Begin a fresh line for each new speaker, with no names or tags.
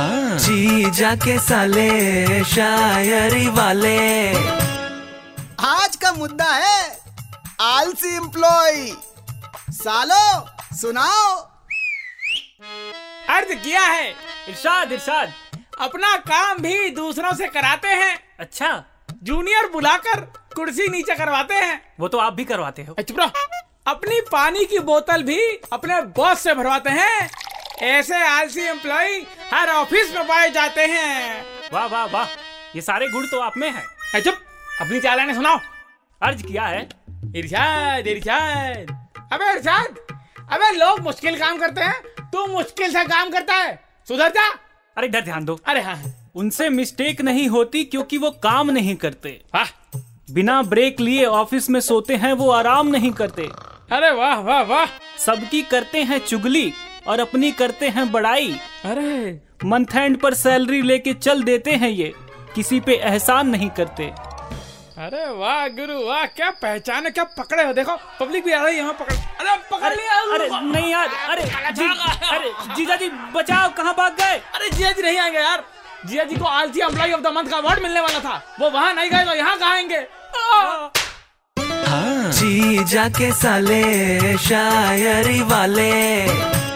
जी जाके साले शायरी वाले
आज का मुद्दा है आलसी एम्प्लॉय सालो सुनाओ
अर्ज किया है इरशाद इरशाद अपना काम भी दूसरों से कराते हैं
अच्छा
जूनियर बुलाकर कुर्सी नीचे करवाते हैं
वो तो आप भी करवाते हो
चुप रहो। अपनी पानी की बोतल भी अपने बॉस से भरवाते हैं ऐसे आलसी एम्प्लॉय हर ऑफिस में पाए जाते हैं
वाह वाह वाह ये सारे गुण तो आप में हैं
ए, चुप अपनी चालाने सुनाओ
अर्ज किया है
इरशाद इरशाद अबे इरशाद अबे लोग मुश्किल काम करते हैं तू मुश्किल से काम करता है सुधर जा
अरे इधर ध्यान दो
अरे हाँ
उनसे मिस्टेक नहीं होती क्योंकि वो काम नहीं करते
वाह
बिना ब्रेक लिए ऑफिस में सोते हैं वो आराम नहीं करते
अरे वाह वाह वाह
सबकी करते हैं चुगली और अपनी करते हैं बड़ाई
अरे
मंथ एंड पर सैलरी लेके चल देते हैं ये किसी पे एहसान नहीं करते
अरे वाह गुरु वाह क्या पहचान है क्या पकड़े हो देखो पब्लिक भी आ रही है यहाँ पकड़ अरे पकड़ लिया
अरे नहीं यार अरे जी, अरे जीजा जी बचाओ कहाँ भाग गए
अरे जिया जी नहीं आएंगे यार जिया जी को आलसी एम्प्लॉय ऑफ द मंथ का अवार्ड मिलने वाला था वो वहाँ नहीं गए तो यहाँ कहाँ आएंगे आ,
जी जाके साले शायरी वाले